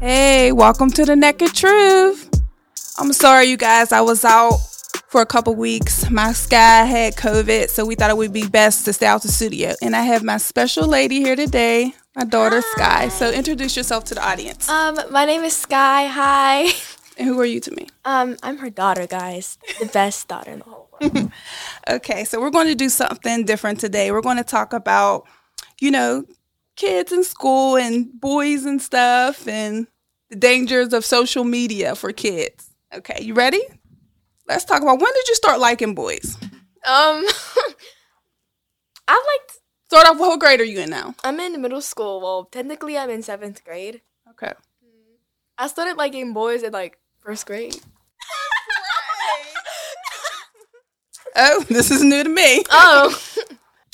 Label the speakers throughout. Speaker 1: Hey, welcome to the Naked Truth. I'm sorry, you guys. I was out for a couple weeks. My sky had COVID, so we thought it would be best to stay out the studio. And I have my special lady here today, my daughter Sky. So introduce yourself to the audience.
Speaker 2: Um, my name is Sky. Hi.
Speaker 1: And who are you to me?
Speaker 2: Um, I'm her daughter, guys. The best daughter in the whole world.
Speaker 1: Okay, so we're going to do something different today. We're going to talk about, you know, kids in school and boys and stuff and the dangers of social media for kids. Okay, you ready? Let's talk about when did you start liking boys?
Speaker 2: Um, I liked.
Speaker 1: Start off, what grade are you in now?
Speaker 2: I'm in middle school. Well, technically, I'm in seventh grade.
Speaker 1: Okay.
Speaker 2: I started liking boys in like first grade.
Speaker 1: Oh, this is new to me.
Speaker 2: Oh,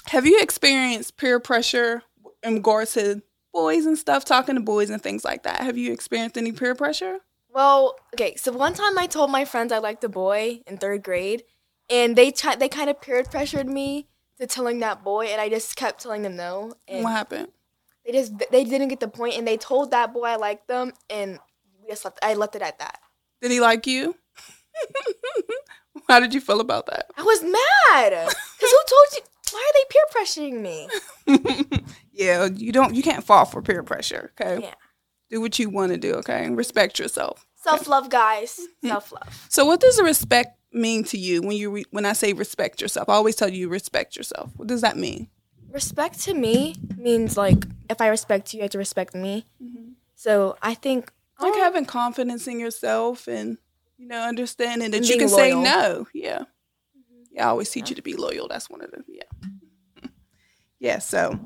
Speaker 1: Have you experienced peer pressure in regards to boys and stuff, talking to boys and things like that? Have you experienced any peer pressure?
Speaker 2: well, okay. So one time, I told my friends I liked a boy in third grade, and they chi- they kind of peer pressured me to telling that boy, and I just kept telling them no. And
Speaker 1: What happened?
Speaker 2: they just they didn't get the point, and they told that boy I liked them, and we just left. I left it at that.
Speaker 1: Did he like you? How did you feel about that?
Speaker 2: I was mad because who told you? Why are they peer pressuring me?
Speaker 1: yeah, you don't you can't fall for peer pressure, okay?
Speaker 2: Yeah.
Speaker 1: Do what you want to do, okay? Respect yourself.
Speaker 2: Self love, guys. Self love.
Speaker 1: So what does respect mean to you when you re- when I say respect yourself? I always tell you respect yourself. What does that mean?
Speaker 2: Respect to me means like if I respect you, you have to respect me. So I think
Speaker 1: Mm-hmm. Like
Speaker 2: oh,
Speaker 1: having confidence in yourself and you know understanding that
Speaker 2: And
Speaker 1: you can
Speaker 2: being
Speaker 1: say
Speaker 2: loyal.
Speaker 1: no. Yeah. Mm-hmm. Yeah, I always teach you to be loyal. That's one of them. Yeah. yeah, so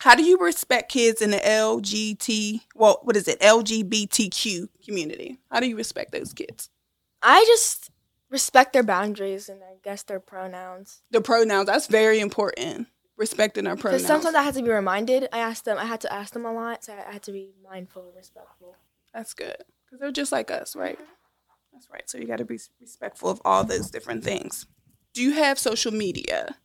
Speaker 1: how do you respect kids in the LGT, well, what is it? LGBTQ community. How do you respect those kids?
Speaker 2: I just respect their boundaries and I guess their pronouns.
Speaker 1: the pronouns. That's very important. Respecting our
Speaker 2: Because
Speaker 1: pronouns.
Speaker 2: sometimes I had to be reminded. I asked them. I had to ask them a lot, so I had to be mindful, and respectful.
Speaker 1: That's good because they're just like us, right? That's right. So you got to be respectful of all those different things. Do you have social media?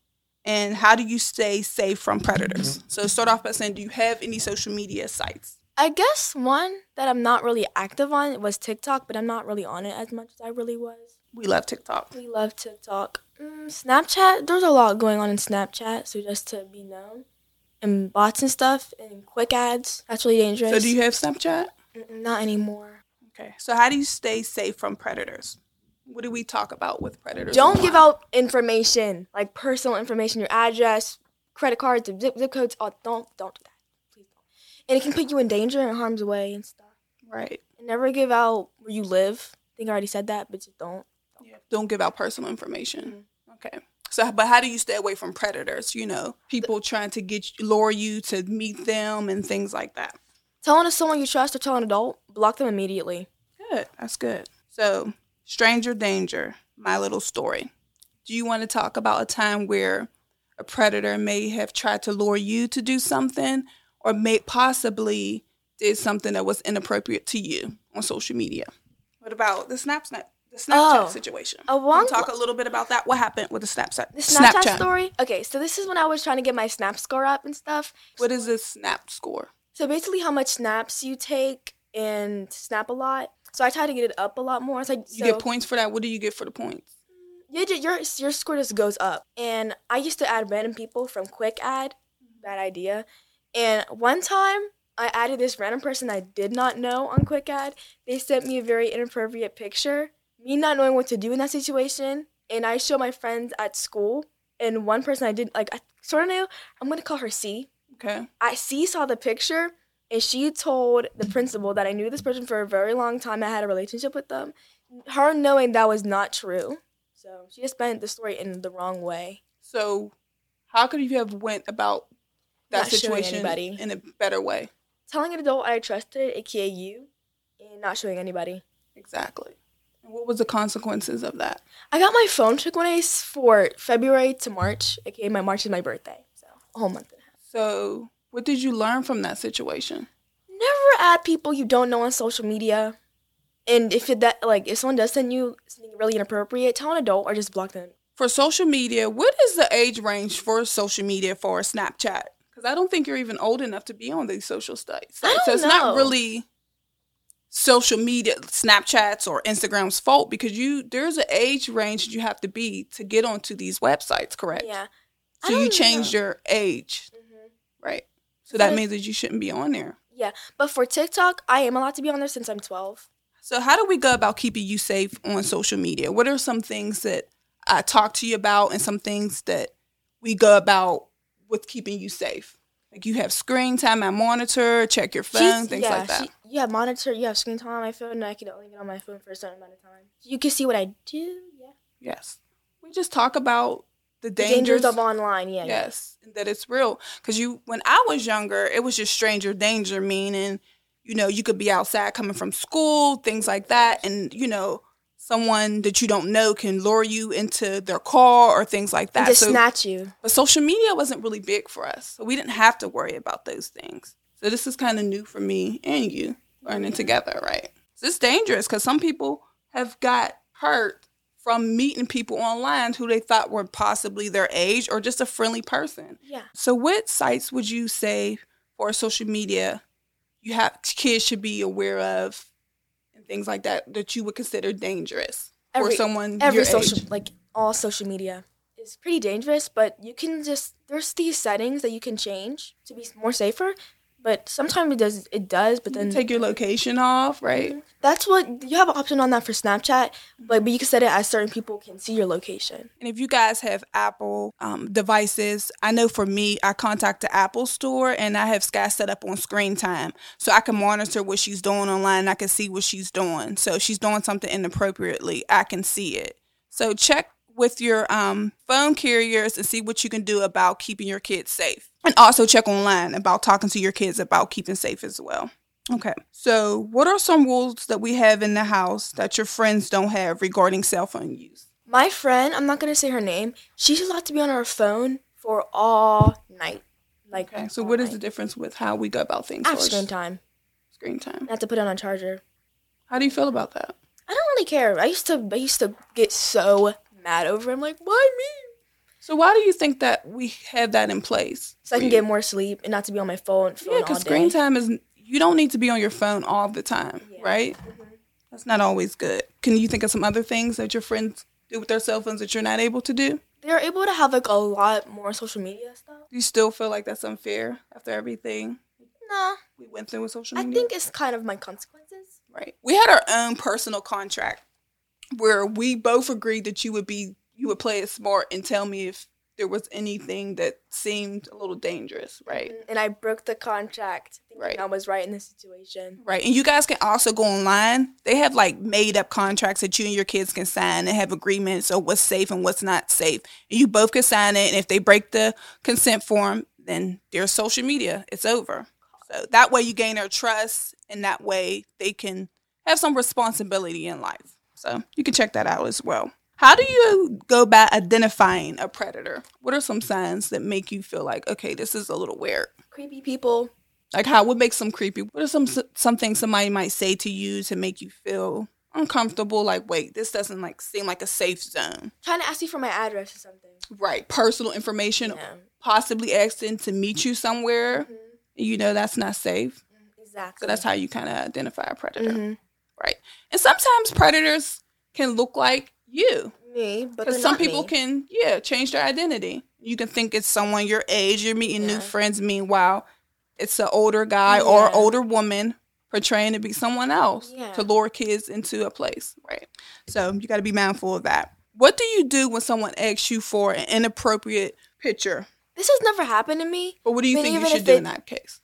Speaker 1: And how do you stay safe from predators? So start off by saying, do you have any social media sites?
Speaker 2: I guess one that I'm not really active on was TikTok, but I'm not really on it as much as I really was.
Speaker 1: We love TikTok.
Speaker 2: We love TikTok. Mm, Snapchat, there's a lot going on in Snapchat, so just to be known. And bots and stuff, and quick ads. That's really dangerous.
Speaker 1: So do you have Snapchat?
Speaker 2: Mm, Not anymore.
Speaker 1: Okay. So how do you stay safe from predators? What do we talk about with predators?
Speaker 2: Don't give
Speaker 1: online?
Speaker 2: out information, like personal information, your address, credit cards, zip, zip codes. Oh, don't, don't do that. Please don't. And it can put you in danger and harm's way and stuff.
Speaker 1: Right.
Speaker 2: And never give out where you live. I think I already said that, but just don't.
Speaker 1: Don't give out personal information. Okay. So, but how do you stay away from predators? You know, people trying to get you- lure you to meet them and things like that.
Speaker 2: Telling to someone you trust or tell an adult, block them immediately.
Speaker 1: Good. That's good. So, stranger danger. My little story. Do you want to talk about a time where a predator may have tried to lure you to do something, or may possibly did something that was inappropriate to you on social media? What about the snap snap? The Snapchat
Speaker 2: Oh.
Speaker 1: situation.
Speaker 2: A
Speaker 1: Can we
Speaker 2: one-
Speaker 1: talk a little bit about that. What happened with the Snapchat?
Speaker 2: The Snapchat, story? Okay, so this is when I was trying to get my snap score up and stuff.
Speaker 1: What is this snap score?
Speaker 2: So basically, how much snaps you take and snap a lot. So I tried to get it up a lot more. It's like
Speaker 1: You
Speaker 2: so
Speaker 1: get points for that. What do you get for the points?
Speaker 2: you ju- your your score just goes up. And I used to add random people from Quick Add. Bad idea. And one time I added this random person I did not know on Quick Add. They sent me a very inappropriate picture. Me not knowing what to do in that situation. And I show my friends at school. And one person I did like I sort of knew. I'm gonna call her C.
Speaker 1: Okay.
Speaker 2: I see saw the picture and she told the principal that I knew this person for a very long time. I had a relationship with them. Her knowing that was not true. So she just spent the story in the wrong way.
Speaker 1: So, how could you have went about that
Speaker 2: Not showing
Speaker 1: situation
Speaker 2: anybody.
Speaker 1: in a better way?
Speaker 2: Telling an adult I trusted, aka you, and not showing anybody.
Speaker 1: Exactly. And what was the consequences of that?
Speaker 2: I got my phone took one days for February to March, aka my March is my birthday. So a whole month and a half.
Speaker 1: So, what did you learn from that situation?
Speaker 2: Never add people you don't know on social media. And if it that like if someone does send you something really inappropriate, tell an adult or just block them.
Speaker 1: For social media, what is the age range for social media for Snapchat? Because I don't think you're even old enough to be on these social sites. so
Speaker 2: I don't
Speaker 1: it's not
Speaker 2: know.
Speaker 1: really social media, Snapchats or Instagram's fault because you there's an age range that you have to be to get onto these websites, correct?
Speaker 2: Yeah. I
Speaker 1: So you
Speaker 2: don't
Speaker 1: changed
Speaker 2: know.
Speaker 1: your age,
Speaker 2: Mhm.
Speaker 1: right? So that
Speaker 2: But-
Speaker 1: means that you shouldn't be on there.
Speaker 2: Yeah, but for TikTok, I am allowed to be on there since I'm 12.
Speaker 1: So how do we go about keeping you safe on social media? What are some things that I talk to you about and some things that we go about with keeping you safe? Like you have screen time, I monitor, check your phone,
Speaker 2: She's-
Speaker 1: things like that.
Speaker 2: She, you have monitor, you have screen time on my phone, and I can only get on my phone for a certain amount of time. You can see what I do. Yeah.
Speaker 1: yes. We just talk about the
Speaker 2: The
Speaker 1: dangers,
Speaker 2: dangers of online. Yeah. yeah.
Speaker 1: Yes, and that it's real. Because you, when I was younger, it was just stranger danger, meaning, you know, you could be outside coming from school, things like that, and you know, someone that you don't know can lure you into their car or things like that.
Speaker 2: And just
Speaker 1: So,
Speaker 2: snatch you.
Speaker 1: but social media wasn't really big for us, so we didn't have to worry about those things. So this is kind of new for me and you learning together, right? So it's dangerous because some people have got hurt from meeting people online who they thought were possibly their age or just a friendly person.
Speaker 2: Yeah.
Speaker 1: So, what sites would you say for social media you have kids should be aware of and things like that that you would consider dangerous
Speaker 2: Every
Speaker 1: for someone
Speaker 2: every
Speaker 1: your
Speaker 2: social
Speaker 1: age?
Speaker 2: like all social media is pretty dangerous, but you can just there's these settings that you can change to be more safer. But sometimes it does it does, but then
Speaker 1: Take your location off, right?
Speaker 2: that's what you have an option on that for Snapchat, but but you can set it as certain people can see your location.
Speaker 1: And if you guys have Apple um, devices, I know for me, I contact the Apple store and I have Sky set up on screen time. So I can monitor what she's doing online. I can see what she's doing. So if she's doing something inappropriately, I can see it. So check with your um, phone carriers and see what you can do about keeping your kids safe. And also check online about talking to your kids about keeping safe as well. Okay. So, what are some rules that we have in the house that your friends don't have regarding cell phone use?
Speaker 2: My friend, I'm not gonna say her name. She's allowed to be on her phone for all night. Like
Speaker 1: Okay, so
Speaker 2: all
Speaker 1: what is the
Speaker 2: night.
Speaker 1: difference with how we go about things?
Speaker 2: I have
Speaker 1: for
Speaker 2: screen
Speaker 1: s-
Speaker 2: time?
Speaker 1: Screen time.
Speaker 2: I have to put it on a charger.
Speaker 1: How do you feel about that?
Speaker 2: I don't really care. I used to I used to get so mad over. it. I'm like, why me?
Speaker 1: So why do you think that we have that in place?
Speaker 2: so I can get more sleep and not to be on my phone. phone
Speaker 1: Yeah,
Speaker 2: all
Speaker 1: because screen
Speaker 2: day.
Speaker 1: time is you don't need to be on your phone all the time,
Speaker 2: Yeah.
Speaker 1: right?
Speaker 2: Mhm.
Speaker 1: That's not always good. Can you think of some other things that your friends do with their cell phones that you're not able to do?
Speaker 2: They're able to have like a lot more social media stuff.
Speaker 1: Do you still feel like that's unfair after everything
Speaker 2: No,
Speaker 1: we went through with social
Speaker 2: I
Speaker 1: media?
Speaker 2: think it's kind of my consequences.
Speaker 1: Right. We had our own personal contract where we both agreed that you would be you would play it smart and tell me if there was anything that seemed a little dangerous, right?
Speaker 2: And- And I broke the contract. Thinking
Speaker 1: Right.
Speaker 2: I was right in this situation.
Speaker 1: Right. And you guys can also go online. They have like made up contracts that you and your kids can sign and have agreements of what's safe and what's not safe. And you both can sign it and if they break the consent form, then their social media, it's over. So that way you gain their trust and that way they can have some responsibility in life. So you can check that out as well. How do you go about identifying a predator? What are some signs that make you feel like, okay, this is a little weird?
Speaker 2: Creepy people.
Speaker 1: Like how what makes them creepy? What are some something somebody might say to you to make you feel uncomfortable? Like wait, this doesn't like seem like a safe zone.
Speaker 2: Trying to ask you for my address or something.
Speaker 1: Right, personal information,
Speaker 2: Yeah.
Speaker 1: possibly asking to meet you somewhere.
Speaker 2: Mhm.
Speaker 1: You know that's not safe.
Speaker 2: Mm-hmm. Exactly.
Speaker 1: So that's how you kind of identify a predator,
Speaker 2: Mhm.
Speaker 1: right? And sometimes predators can look like you.
Speaker 2: me, but
Speaker 1: Because
Speaker 2: they're
Speaker 1: some
Speaker 2: not
Speaker 1: people
Speaker 2: me.
Speaker 1: can, yeah, change their identity. You can think it's someone your age, you're meeting new
Speaker 2: Yeah.
Speaker 1: friends. Meanwhile, it's an older guy or
Speaker 2: Yeah.
Speaker 1: older woman portraying to be someone else
Speaker 2: Yeah.
Speaker 1: to lure kids into a place, right? So you got to be mindful of that. What do you do when someone asks you for an inappropriate picture?
Speaker 2: This has never happened to me.
Speaker 1: But what do you
Speaker 2: But
Speaker 1: think you
Speaker 2: even
Speaker 1: should
Speaker 2: if
Speaker 1: do
Speaker 2: it-
Speaker 1: in that case?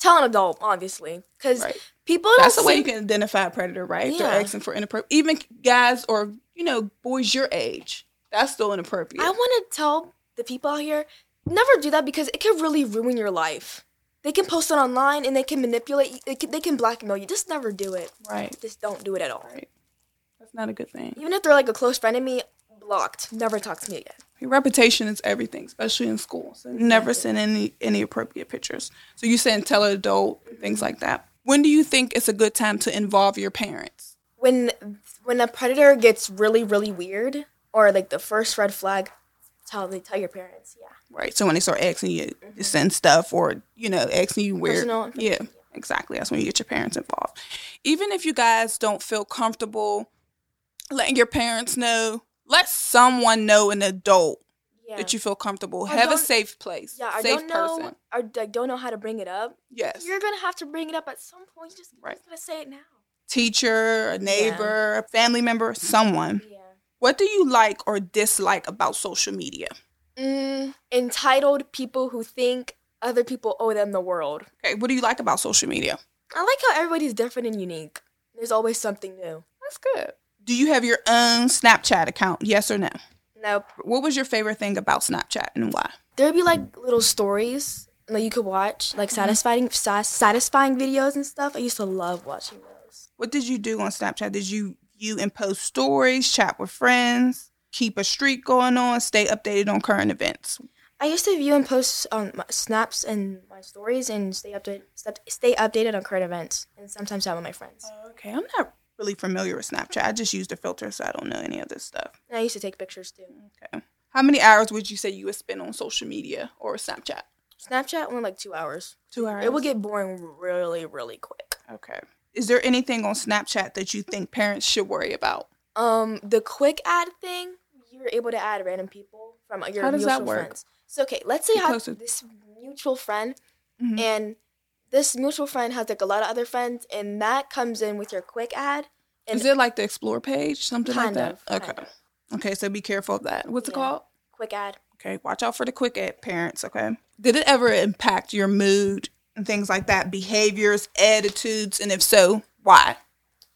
Speaker 2: Tell an adult, obviously, because
Speaker 1: Right.
Speaker 2: people
Speaker 1: That's the
Speaker 2: don't
Speaker 1: way you
Speaker 2: Oh, see-
Speaker 1: can identify a predator, right? If
Speaker 2: Yeah.
Speaker 1: they're asking for inappropriate, even guys or you know boys your age, that's still inappropriate.
Speaker 2: I want to tell the people out here never do that because it can really ruin your life. They can post it online and they can manipulate you. They can, they can blackmail you. Just never do it.
Speaker 1: right,
Speaker 2: Just don't do it at all.
Speaker 1: right. That's not a good thing.
Speaker 2: Even if they're like a close friend of me, blocked. Never talk to me again.
Speaker 1: Your reputation is everything, especially in school. So never send any any appropriate pictures. So you send tell an adult things like that. When do you think it's a good time to involve your parents?
Speaker 2: When when a predator gets really really weird or like the first red flag, tell they tell your parents. Yeah.
Speaker 1: Right. So when they start asking you to send stuff or you know asking you where,
Speaker 2: Mm-hmm. Personal
Speaker 1: yeah,
Speaker 2: information,
Speaker 1: Exactly. That's when you get your parents involved. Even if you guys don't feel comfortable letting your parents know, let someone know an adult
Speaker 2: Yeah.
Speaker 1: that you feel comfortable.
Speaker 2: I
Speaker 1: Have a
Speaker 2: don't-
Speaker 1: safe place.
Speaker 2: yeah, I
Speaker 1: safe
Speaker 2: don't know.
Speaker 1: person.
Speaker 2: I d- don't know how to bring it up.
Speaker 1: Yes.
Speaker 2: You're gonna have to bring it up at some point. You're just, you're
Speaker 1: Right.
Speaker 2: just gonna say it now.
Speaker 1: Teacher, a neighbor, a family member, someone.
Speaker 2: Yeah.
Speaker 1: What do you like or dislike about social media?
Speaker 2: Mm, entitled people who think other people owe them the world.
Speaker 1: Okay, what do you like about social media?
Speaker 2: I like how everybody's different and unique. There's always something new.
Speaker 1: That's good. Do you have your own Snapchat account? Yes or no?
Speaker 2: Nope.
Speaker 1: What was your favorite thing about Snapchat and why?
Speaker 2: There'd be like little stories that you could watch,
Speaker 1: Mm-hmm.
Speaker 2: like satisfying sa- satisfying videos and stuff. I used to love watching those.
Speaker 1: What did you do on Snapchat? Did you you and post stories, chat with friends, keep a streak going on, stay updated on current events?
Speaker 2: I used to view and post um, my snaps and my stories and stay updated, stay updated on current events and sometimes out with my friends.
Speaker 1: Okay, I'm not really familiar with Snapchat. I just used a filter, so I don't know any of this stuff.
Speaker 2: And I used to take pictures too.
Speaker 1: How many hours would you say you would spend on social media or Snapchat?
Speaker 2: Snapchat only like two hours.
Speaker 1: Two hours.
Speaker 2: It will get boring really, really quick.
Speaker 1: okay. Is there anything on Snapchat that you think parents should worry about?
Speaker 2: Um, the quick ad thing, you're able to add random people from your
Speaker 1: How does that
Speaker 2: mutual
Speaker 1: work?
Speaker 2: friends. So okay, let's say
Speaker 1: Get
Speaker 2: you have
Speaker 1: closer.
Speaker 2: this mutual friend,
Speaker 1: Mhm.
Speaker 2: and this mutual friend has like a lot of other friends, and that comes in with your quick ad. And
Speaker 1: Is it like the explore page, something
Speaker 2: kind
Speaker 1: like
Speaker 2: of
Speaker 1: that?
Speaker 2: kind
Speaker 1: okay.
Speaker 2: of.
Speaker 1: Okay, so be careful of that. What's it
Speaker 2: Yeah.
Speaker 1: called?
Speaker 2: quick ad?
Speaker 1: Okay, watch out for the quick ed parents, okay? Did it ever impact your mood and things like that, behaviors, attitudes, and if so, why?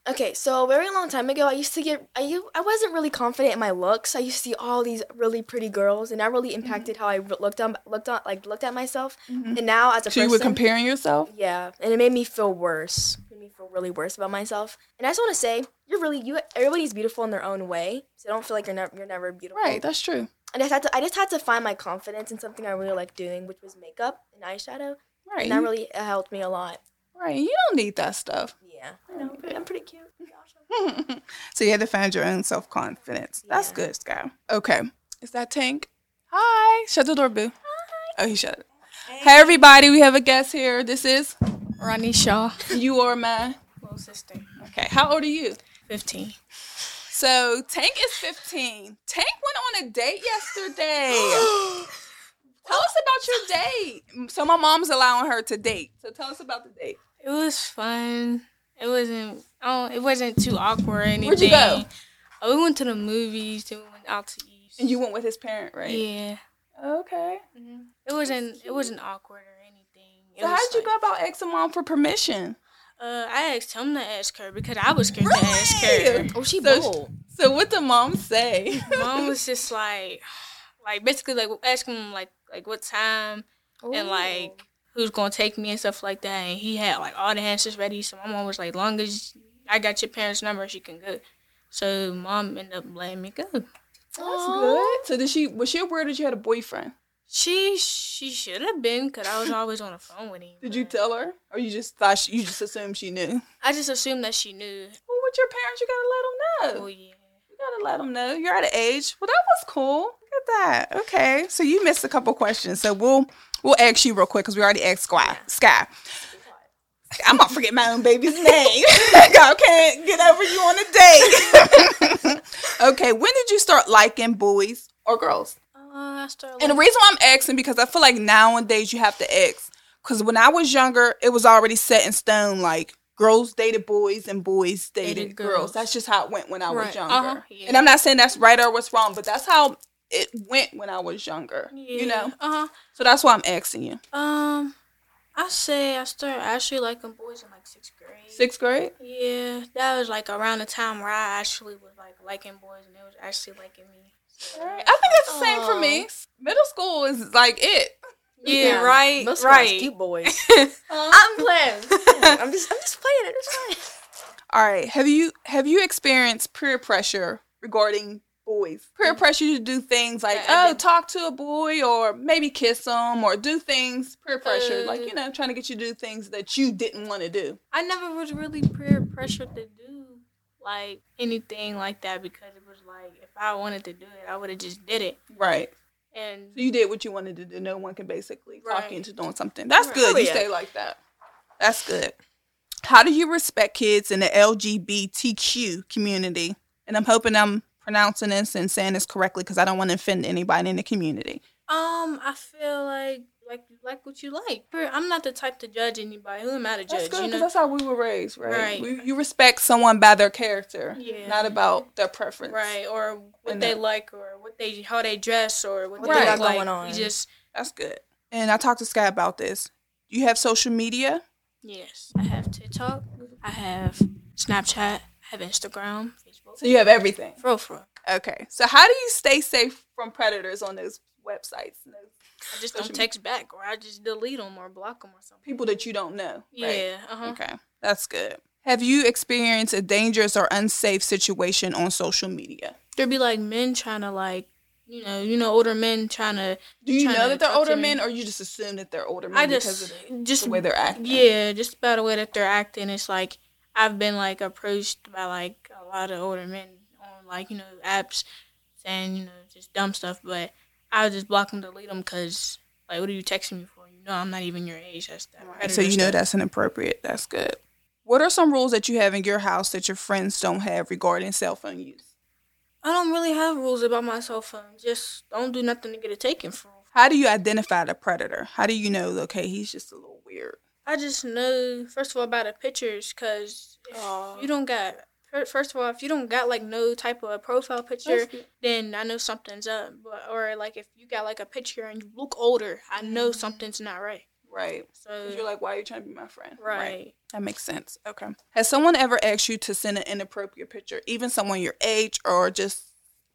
Speaker 2: Okay, so a very long time ago, I used to get I u- I wasn't really confident in my looks. I used to see all these really pretty girls, and that really impacted how I re- looked on looked on like looked at myself. And now as a
Speaker 1: Mm-hmm. So you
Speaker 2: person,
Speaker 1: were comparing yourself?
Speaker 2: Yeah, and it made me feel worse. It made me feel really worse about myself. And I just want to say, you're really you. Everybody's beautiful in their own way, so don't feel like you're never you're never beautiful.
Speaker 1: Right, that's true.
Speaker 2: And I just had to I just had to find my confidence in something I really like doing, which was makeup and eyeshadow,
Speaker 1: Right.
Speaker 2: and that really helped me a lot.
Speaker 1: right. You don't need that stuff.
Speaker 2: Yeah, I know. but I'm pretty cute.
Speaker 1: so you had to find your own self confidence. That's
Speaker 2: Yeah.
Speaker 1: good, Sky. Okay. Is that Tank? Hi. Shut the door, Boo. Hi. Oh, he shut it. Hey everybody, we have a guest here. This is
Speaker 3: Ronnie Shaw,
Speaker 1: you or my
Speaker 3: little sister,
Speaker 1: Okay. How old are you?
Speaker 3: 15.
Speaker 1: So Tank is 15. Tank went on a date yesterday. tell us about your date. So my mom's allowing her to date. So tell us about the date.
Speaker 3: It was fun. It wasn't. Oh, it wasn't too awkward or anything.
Speaker 1: Where'd you go?
Speaker 3: Uh, we went to the movies. Then we went out to eat.
Speaker 1: And you went with his parent, right?
Speaker 3: Yeah.
Speaker 1: Okay.
Speaker 3: It wasn't. It wasn't awkward or anything. It
Speaker 1: So how
Speaker 3: was
Speaker 1: did you
Speaker 3: like-
Speaker 1: go about asking mom for permission?
Speaker 3: Uh, I asked him to ask her because I was scared to ask
Speaker 1: Really?
Speaker 3: her.
Speaker 2: Oh, she
Speaker 1: So-
Speaker 2: bold.
Speaker 1: So what did mom say?
Speaker 3: Mom was just like, like basically like asking him like like what time and like who's gonna take me and stuff like that. And he had like all the answers ready. So my mom was like, "Long as I got your parents' number, she can go." So mom ended up letting me go.
Speaker 1: That's good. So did she was she aware that you had a boyfriend?
Speaker 3: She she should have been, cause I was always on the phone with him.
Speaker 1: Did you
Speaker 3: but
Speaker 1: tell her? Or you just thought she, you just assumed she knew?
Speaker 3: I just assumed that she knew.
Speaker 1: Well, with your parents, you gotta let them know.
Speaker 3: Oh yeah.
Speaker 1: You gotta let them know you're at an age. Well, that was cool. Look at that. Okay, so you missed a couple questions, so we'll we'll ask you real quick because we already asked Sky. Sky, I'm gonna forget my own baby's name. I can't get over you on a date. okay, when did you start liking boys or girls?
Speaker 3: Uh, I started.
Speaker 1: And the
Speaker 3: like-
Speaker 1: reason why I'm asking because I feel like nowadays you have to ask. Because when I was younger, it was already set in stone. Like girls dated boys and boys dated,
Speaker 3: Dated
Speaker 1: girls.
Speaker 3: girls.
Speaker 1: That's just how it went when I was
Speaker 3: Right.
Speaker 1: younger.
Speaker 3: Uh-huh. Yeah.
Speaker 1: And I'm not saying that's right or what's wrong, but that's how it went when I was younger. You know.
Speaker 3: Uh
Speaker 1: So that's why I'm asking you.
Speaker 3: huh. Um, I say I started actually liking boys in like sixth grade.
Speaker 1: Sixth grade.
Speaker 3: Yeah, that was like around the time where I actually was like liking boys and they was actually liking me. So-
Speaker 1: All right. I think that's the same for me. Middle school is like it.
Speaker 3: Yeah, right,
Speaker 2: Most of us
Speaker 3: right.
Speaker 2: cute boys.
Speaker 1: Huh?
Speaker 2: I'm playing. I'm just I'm just playing. I'm just playing.
Speaker 1: All right. Have you have you experienced peer pressure regarding boys? Peer pressure to do things like
Speaker 3: Mm-hmm. Yeah, I
Speaker 1: oh,
Speaker 3: did.
Speaker 1: talk to a boy or maybe kiss him or do things. Peer pressure, like
Speaker 3: Uh,
Speaker 1: you know, trying to get you to do things that you didn't want to do.
Speaker 3: I never was really peer pressured to do like anything like that because it was like if I wanted to do it, I would have just did it.
Speaker 1: Right.
Speaker 3: And
Speaker 1: So you did what you wanted to do. No one can basically talk
Speaker 3: Right.
Speaker 1: you into doing something. That's
Speaker 3: Right.
Speaker 1: good.
Speaker 2: Oh,
Speaker 1: you
Speaker 2: yeah.
Speaker 1: stay like that. That's good. How do you respect kids in the LGBTQ community? And I'm hoping I'm pronouncing this and saying this correctly because I don't want to offend anybody in the community.
Speaker 3: Um, I feel like like like what you like. I'm not the type to judge anybody. Who am I to
Speaker 1: That's
Speaker 3: judge?
Speaker 1: good
Speaker 3: you
Speaker 1: because
Speaker 3: know?
Speaker 1: that's how we were raised, right?
Speaker 3: Right.
Speaker 1: We, you respect someone by their character,
Speaker 3: Yeah.
Speaker 1: not about their preference.
Speaker 3: Right, or what
Speaker 1: And
Speaker 3: they
Speaker 1: that-
Speaker 3: like, or what they how they dress, or what,
Speaker 2: What
Speaker 1: they
Speaker 3: they
Speaker 1: got
Speaker 3: like.
Speaker 2: going on.
Speaker 3: You just
Speaker 1: That's good. And I talked to Sky about this. You have social media.
Speaker 3: yes. I have TikTok. I have Snapchat. I have Instagram, Facebook.
Speaker 1: So you have everything.
Speaker 3: For real, for real.
Speaker 1: Okay. So how do you stay safe from predators on those websites? and those
Speaker 3: I just
Speaker 1: Social
Speaker 3: don't
Speaker 1: media.
Speaker 3: text back, or I just delete them or block them or something.
Speaker 1: People that you don't know. right?
Speaker 3: Yeah. Uh huh.
Speaker 1: Okay. That's good. Have you experienced a dangerous or unsafe situation on social media?
Speaker 3: There'd be like men trying to like, you know, you know, older men trying to.
Speaker 1: Do you
Speaker 3: Tryna
Speaker 1: know that they're
Speaker 3: talk to
Speaker 1: older
Speaker 3: me.
Speaker 1: men, or you just assume that they're older men
Speaker 3: I
Speaker 1: because of
Speaker 3: just just
Speaker 1: the way they're acting?
Speaker 3: Yeah, just about the way that they're acting. It's like I've been like approached by like a lot of older men on like you know apps saying you know just dumb stuff, but I would just block them, delete them, cause like what are you texting me for? You know I'm not even your age. That's that.
Speaker 1: Right, So you know that's inappropriate. That's good. What are some rules that you have in your house that your friends don't have regarding cell phone use?
Speaker 3: I don't really have rules about my cell phone. Just don't do nothing to get it taken from.
Speaker 1: How do you identify the predator? How do you know? Okay, he's just a little weird.
Speaker 3: I just know first of all about the pictures, cause if
Speaker 1: Aw.
Speaker 3: you don't got. fir- First of all, if you don't got like no type of profile picture, then I know something's up. But, or like if you got like a picture and you look older, I know something's not right.
Speaker 1: Right. Mm-hmm. 'Cause You're
Speaker 3: So
Speaker 1: like, why are you trying to be my friend?
Speaker 3: Uh, right.
Speaker 1: That makes sense. Okay. Has someone ever asked you to send an inappropriate picture, even someone your age or just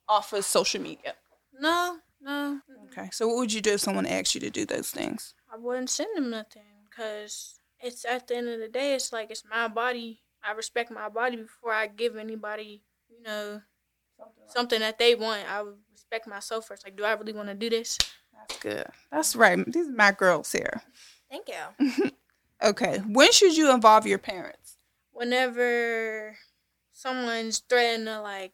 Speaker 1: off of social media?
Speaker 3: No, no,
Speaker 1: Okay. So what would you do if someone asked you to do those things?
Speaker 3: I wouldn't send them nothing because it's at the end of the day, it's like it's my body. I respect my body before I give anybody, you know, something that they want. I would respect myself first. Like, do I really want to do this?
Speaker 1: That's good. That's right. These are my girls here.
Speaker 2: Thank you.
Speaker 1: Okay. When should you involve your parents?
Speaker 3: whenever someone's threatening to like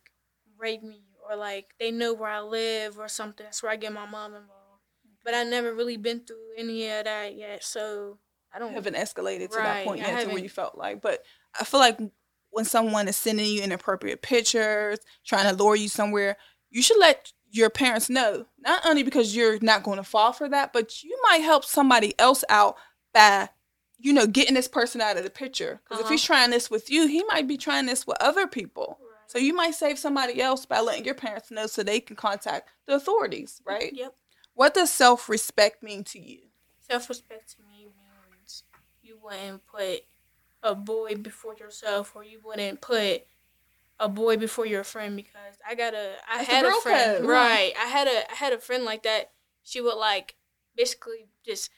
Speaker 3: rape me or like they know where I live or something, that's where I get my mom involved. But I never really been through any of that yet, so I
Speaker 1: You
Speaker 3: don't.
Speaker 1: haven't escalated to that
Speaker 3: Oh. Right,
Speaker 1: point yet
Speaker 3: I
Speaker 1: to where
Speaker 3: haven't.
Speaker 1: you felt like, but I feel like when someone is sending you inappropriate pictures, trying to lure you somewhere, you should let your parents know. Not only because you're not going to fall for that, but you might help somebody else out by, you know, getting this person out of the picture. Because if
Speaker 3: Uh-huh.
Speaker 1: he's trying this with you, he might be trying this with other people. So you might save somebody else by letting your parents know so they can contact the authorities, right?
Speaker 3: Yep.
Speaker 1: What does self respect mean to you?
Speaker 3: Self respect to me means you wouldn't put a boy before yourself, or you wouldn't put a boy before your friend because I got a I
Speaker 1: That's a
Speaker 3: had a
Speaker 1: girl
Speaker 3: friend
Speaker 1: code.
Speaker 3: right. I had a I had a friend like that. She would like basically just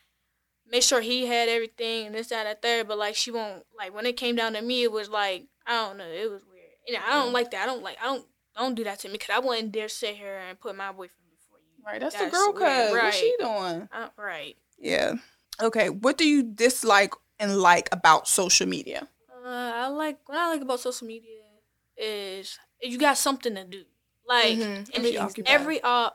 Speaker 3: make sure he had everything and this that and third. But like she won't like when it came down to me, it was like I don't know, it was weird. You know, I don't like that. I don't like I don't don't do that to me because I wouldn't dare sit here and put my boyfriend before you.
Speaker 1: Right, that's, the
Speaker 3: That's
Speaker 1: girl
Speaker 3: weird,
Speaker 1: code. What's she doing?
Speaker 3: Uh, right.
Speaker 1: Yeah. Okay. What do you dislike and like about social media?
Speaker 3: Uh, I like what I like about social media is you got something to do. Like
Speaker 2: Mhm.
Speaker 3: and
Speaker 1: Everything's
Speaker 3: it's-
Speaker 1: occupied.
Speaker 3: every uh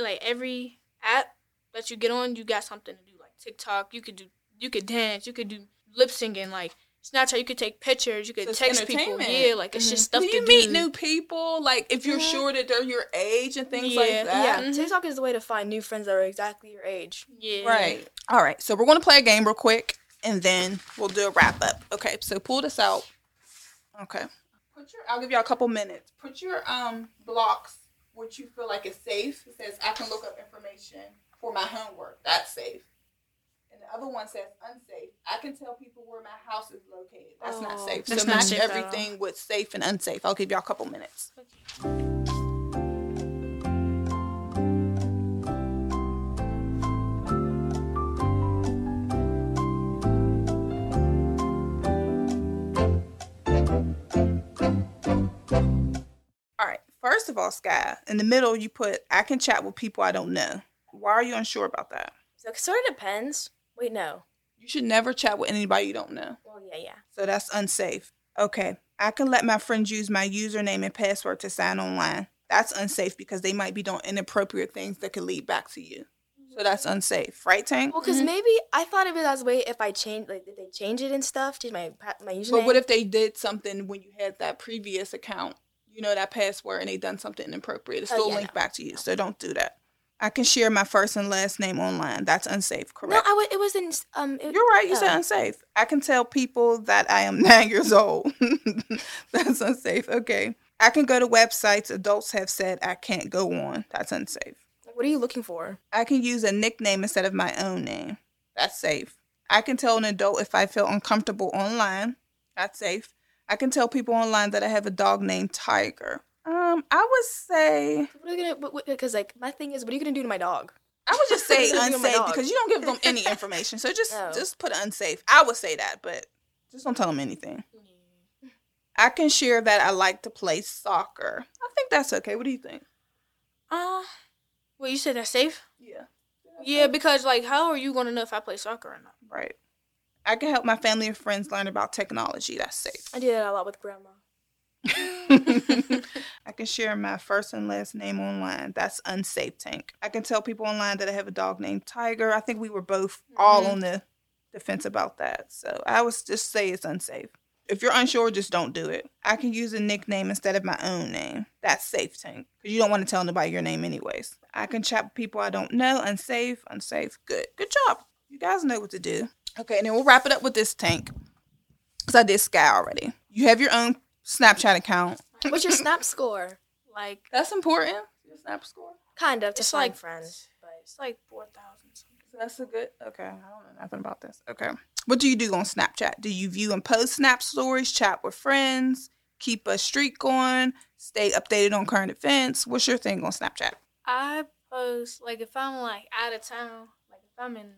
Speaker 3: like every app that you get on, you got something to do. Like TikTok, you could do you could dance, you could do lip synging, like Snapchat, you could take pictures, you could
Speaker 1: So it's
Speaker 3: text people.
Speaker 1: entertainment. Mm-hmm.
Speaker 3: Yeah, like it's just stuff
Speaker 1: do you
Speaker 3: to
Speaker 1: meet
Speaker 3: do.
Speaker 1: new people? Like, if you're
Speaker 2: Mhm.
Speaker 1: sure that they're your age and things like
Speaker 3: Yeah.
Speaker 1: that.
Speaker 2: Yeah, Mm-hmm.
Speaker 3: Mhm.
Speaker 2: TikTok is the way to find new friends that are exactly your age.
Speaker 3: yeah.
Speaker 1: Right. All right. So we're gonna play a game real quick, and then we'll do a wrap up. Okay. So pull this out. Okay. Put your. I'll give y'all a couple minutes. Put your um blocks, which you feel like is safe. It says I can look up information for my homework. That's safe. And the other one says unsafe. I can tell people where my house is located. That's not
Speaker 2: Oh,
Speaker 1: safe.
Speaker 3: that's
Speaker 1: so
Speaker 3: not
Speaker 1: match
Speaker 3: safe at all.
Speaker 1: everything with safe and unsafe. I'll give y'all a couple minutes. All right. First of all, Sky, in the middle you put I can chat with people I don't know. Why are you unsure about that?
Speaker 2: So it sort of depends. Wait, no.
Speaker 1: You should never chat with anybody you don't know.
Speaker 2: Well, yeah, yeah.
Speaker 1: So that's unsafe. Okay. I can let my friends use my username and password to sign online. That's unsafe because they might be doing inappropriate things that could lead back to you. So that's unsafe, right, Tank?
Speaker 2: Well, because
Speaker 3: Mhm.
Speaker 2: maybe I thought of it as a way if I change, like, if they change it and stuff, change my pa- my username.
Speaker 1: But what if they did something when you had that previous account, you know, that password, and they done something inappropriate? It's
Speaker 2: Oh,
Speaker 1: still
Speaker 2: yeah,
Speaker 1: linked back to you, so don't do that. I can share my first and last name online. That's unsafe,
Speaker 2: no,
Speaker 1: correct?
Speaker 2: I would. It wasn't. Um, it,
Speaker 1: You're right. You said
Speaker 2: Oh.
Speaker 1: unsafe. I can tell people that I am nine years old. That's unsafe. Okay. I can go to websites adults have said I can't go on. That's unsafe.
Speaker 2: what are you looking for?
Speaker 1: I can use a nickname instead of my own name. That's safe. I can tell an adult if I feel uncomfortable online. That's safe. I can tell people online that I have a dog named Tiger. Um, I would say
Speaker 2: What are you gonna? Because like my thing is, what are you gonna do to my dog?
Speaker 1: I would just say
Speaker 2: You're my
Speaker 1: unsafe
Speaker 2: dog.
Speaker 1: because you don't give them any information. So just
Speaker 2: Oh.
Speaker 1: just put unsafe. I would say that, but just don't tell them anything. I can share that I like to play soccer. I think that's okay. What do you think?
Speaker 3: Uh, well, you said that's safe.
Speaker 1: Yeah.
Speaker 3: Yeah, because like, how are you gonna know if I play soccer or not?
Speaker 1: Right. I can help my family and friends learn about technology. That's safe.
Speaker 2: I do that a lot with grandma.
Speaker 1: I can share my first and last name online. That's unsafe, Tank. I can tell people online that I have a dog named Tiger. I think we were both all
Speaker 3: Mhm.
Speaker 1: on the defense about that. So I would just say it's unsafe. If you're unsure, just don't do it. I can use a nickname instead of my own name. That's safe, Tank, because you don't want to tell nobody your name, anyways. I can chat with people I don't know. Unsafe, unsafe. Good. Good job. You guys know what to do. Okay, and then we'll wrap it up with this, Tank, because I did Sky already. You have your own Snapchat account.
Speaker 2: What's your snap score?
Speaker 3: Like,
Speaker 1: That's important. Your snap score.
Speaker 2: Kind of to
Speaker 3: It's
Speaker 2: find
Speaker 3: like-
Speaker 2: friends, but
Speaker 3: it's like four thousand something.
Speaker 1: That's a good. Okay, I don't know nothing about this. Okay, what do you do on Snapchat? Do you view and post snap stories, chat with friends, keep a streak going, stay updated on current events? What's your thing on Snapchat?
Speaker 3: I post like if I'm like out of town, like if I'm in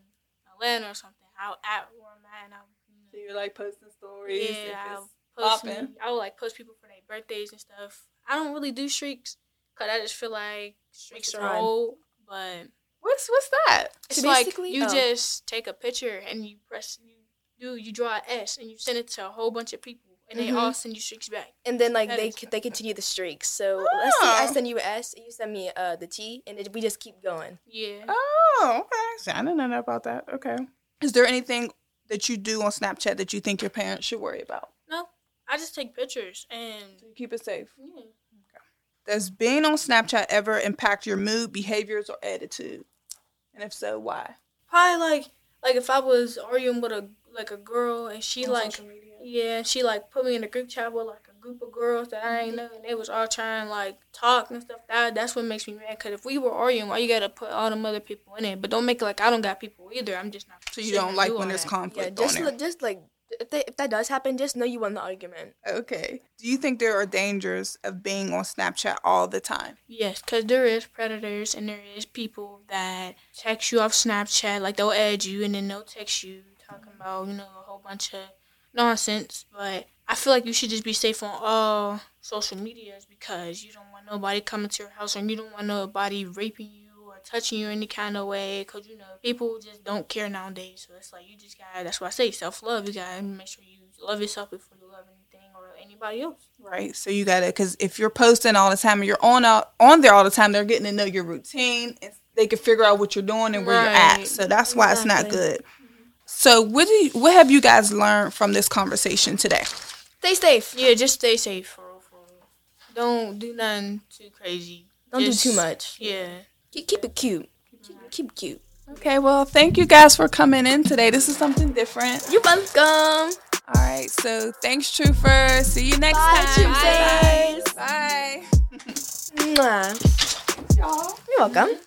Speaker 3: Atlanta or something, I'll at where I'm at and I'll you know,
Speaker 1: you like posting stories?
Speaker 3: yeah, I'll post.
Speaker 1: poppin'.
Speaker 3: me- I'll like post people for their birthdays and stuff. I don't really do streaks because I just feel like streaks
Speaker 2: the
Speaker 3: are
Speaker 2: time?
Speaker 3: old. But
Speaker 1: What's what's that?
Speaker 3: it's
Speaker 2: So
Speaker 3: like
Speaker 2: basically-
Speaker 3: you
Speaker 2: oh.
Speaker 3: just take a picture and you press you do you draw a S and you send it to a whole bunch of people and
Speaker 2: Mhm.
Speaker 1: Mm-hmm.
Speaker 3: they all send you streaks back.
Speaker 2: and then like
Speaker 3: That
Speaker 2: they
Speaker 3: is-
Speaker 2: c- they continue the streak. So let's see, I
Speaker 1: Oh.
Speaker 2: send you an S, you send me uh the T, and it, we just keep going.
Speaker 3: Yeah.
Speaker 1: Oh, okay. See, I didn't know about that. Okay. Is there anything that you do on Snapchat that you think your parents should worry about?
Speaker 3: No, I just take pictures and
Speaker 1: So you keep it safe.
Speaker 3: yeah.
Speaker 1: Does being on Snapchat ever impact your mood, behaviors, or attitude? And if so, why?
Speaker 3: probably like like if I was arguing with a like a girl and she
Speaker 1: On
Speaker 3: like
Speaker 1: social media.
Speaker 3: yeah and she like put me in a group chat with like a group of girls that I
Speaker 1: Mm-hmm.
Speaker 3: ain't know and they was all trying like talk and stuff that that's what makes me mad because if we were arguing why you gotta put all them other people in it but don't make it like I don't got people either I'm just not
Speaker 1: So you
Speaker 3: sitting
Speaker 1: don't
Speaker 3: and
Speaker 1: like
Speaker 3: doing
Speaker 1: when there's
Speaker 3: that.
Speaker 2: Yeah,
Speaker 1: conflict
Speaker 2: just
Speaker 1: on
Speaker 2: li- just like if, they, if that does happen, just know you won the argument.
Speaker 1: there. Okay. Do you think there are dangers of being on Snapchat all the time?
Speaker 3: Yes, because there is predators and there is people that text you off Snapchat, like they'll add you and then they'll text you talking about, you know, a whole bunch of nonsense. But I feel like you should just be safe on all social medias because you don't want nobody coming to your house and you don't want nobody raping you or touching you any kind of way because, you know, people just don't care nowadays. So it's like you just gotta, that's why I say self love. You gotta make sure you love yourself before you love anything or anybody else.
Speaker 1: Right. So you gotta, because if you're posting all the time and you're on out, on there all the time, they're getting to know your routine. And they can figure out what you're doing and where you're at.
Speaker 3: Right.
Speaker 1: So that's why it's not
Speaker 2: Exactly.
Speaker 1: good. So what do you, what have you guys learned from this conversation today?
Speaker 2: Stay safe.
Speaker 3: Yeah, just stay safe. For real, for real. Don't do nothing too crazy.
Speaker 2: Don't
Speaker 3: Just-
Speaker 2: do too much.
Speaker 3: Yeah.
Speaker 2: Keep, keep it cute. Keep, keep it cute.
Speaker 1: Okay. Well, thank you guys for coming in today. This is something different.
Speaker 2: You're welcome.
Speaker 1: All right. So thanks, Trooper. See you next
Speaker 2: Bye,
Speaker 1: time.
Speaker 2: Troopers.
Speaker 1: Bye.
Speaker 2: Mwah.
Speaker 1: Bye. Y'all.
Speaker 2: You're welcome.